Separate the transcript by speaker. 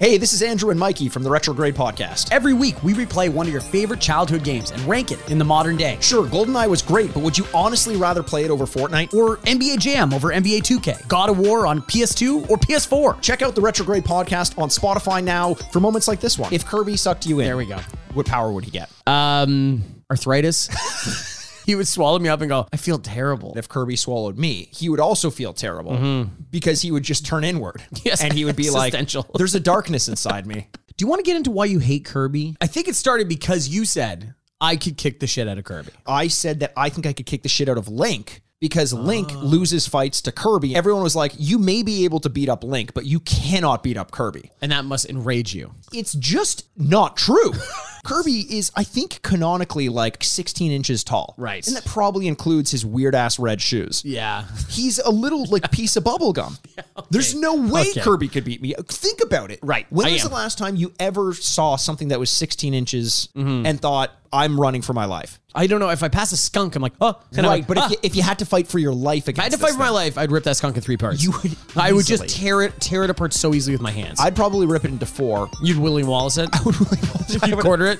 Speaker 1: Hey, this is Andrew and Mikey from the Retrograde Podcast.
Speaker 2: Every week, we replay one of your favorite childhood games and rank it in the modern day.
Speaker 1: Sure, GoldenEye was great, but would you honestly rather play it over Fortnite? Or
Speaker 2: Or NBA Jam over NBA 2K, God of War on PS2 or PS4.
Speaker 1: check out the Retrograde Podcast on Spotify now for moments like this one. If Kirby sucked you in,
Speaker 2: There we go.
Speaker 1: What power would he get?
Speaker 2: Um, arthritis. he would swallow me up and go, I feel terrible.
Speaker 1: if Kirby swallowed me, he would also feel terrible because he would just turn inward.
Speaker 2: Mm-hmm. Yes,
Speaker 1: and he would be like,
Speaker 2: existential.
Speaker 1: "There's a darkness inside me."
Speaker 2: Do you want to get into why you hate Kirby? I think it started because you said I could kick the shit out of Kirby.
Speaker 1: I said that I think I could kick the shit out of Link because Link
Speaker 2: Ah.
Speaker 1: loses fights to Kirby. Everyone was like, "You may be able to beat up Link, but you cannot beat up Kirby."
Speaker 2: And that must enrage you.
Speaker 1: It's just not true. Kirby is, I think, canonically like 16 inches tall.
Speaker 2: Right.
Speaker 1: And that probably includes his weird ass red shoes.
Speaker 2: Yeah.
Speaker 1: He's a little like piece of bubblegum. There's no way
Speaker 2: Okay.
Speaker 1: Kirby could beat me. Think about it.
Speaker 2: Right.
Speaker 1: When
Speaker 2: I
Speaker 1: was
Speaker 2: am.
Speaker 1: the last time you ever saw something that was 16 inches
Speaker 2: Mm-hmm.
Speaker 1: and thought, I'm running for my life?
Speaker 2: I don't know. If I pass a skunk, I'm like, oh, and I'm
Speaker 1: right.
Speaker 2: like,
Speaker 1: but
Speaker 2: ah.
Speaker 1: if, you, if you had to fight for your life against
Speaker 2: I had to fight
Speaker 1: this
Speaker 2: for my
Speaker 1: thing,
Speaker 2: life, I'd rip that skunk in three parts.
Speaker 1: You would
Speaker 2: I would just
Speaker 1: easily.
Speaker 2: tear it, tear it apart so easily with my hands.
Speaker 1: I'd probably rip it into four.
Speaker 2: You'd Willie Wallace it.
Speaker 1: I would really- I
Speaker 2: You'd
Speaker 1: would-
Speaker 2: quarter it.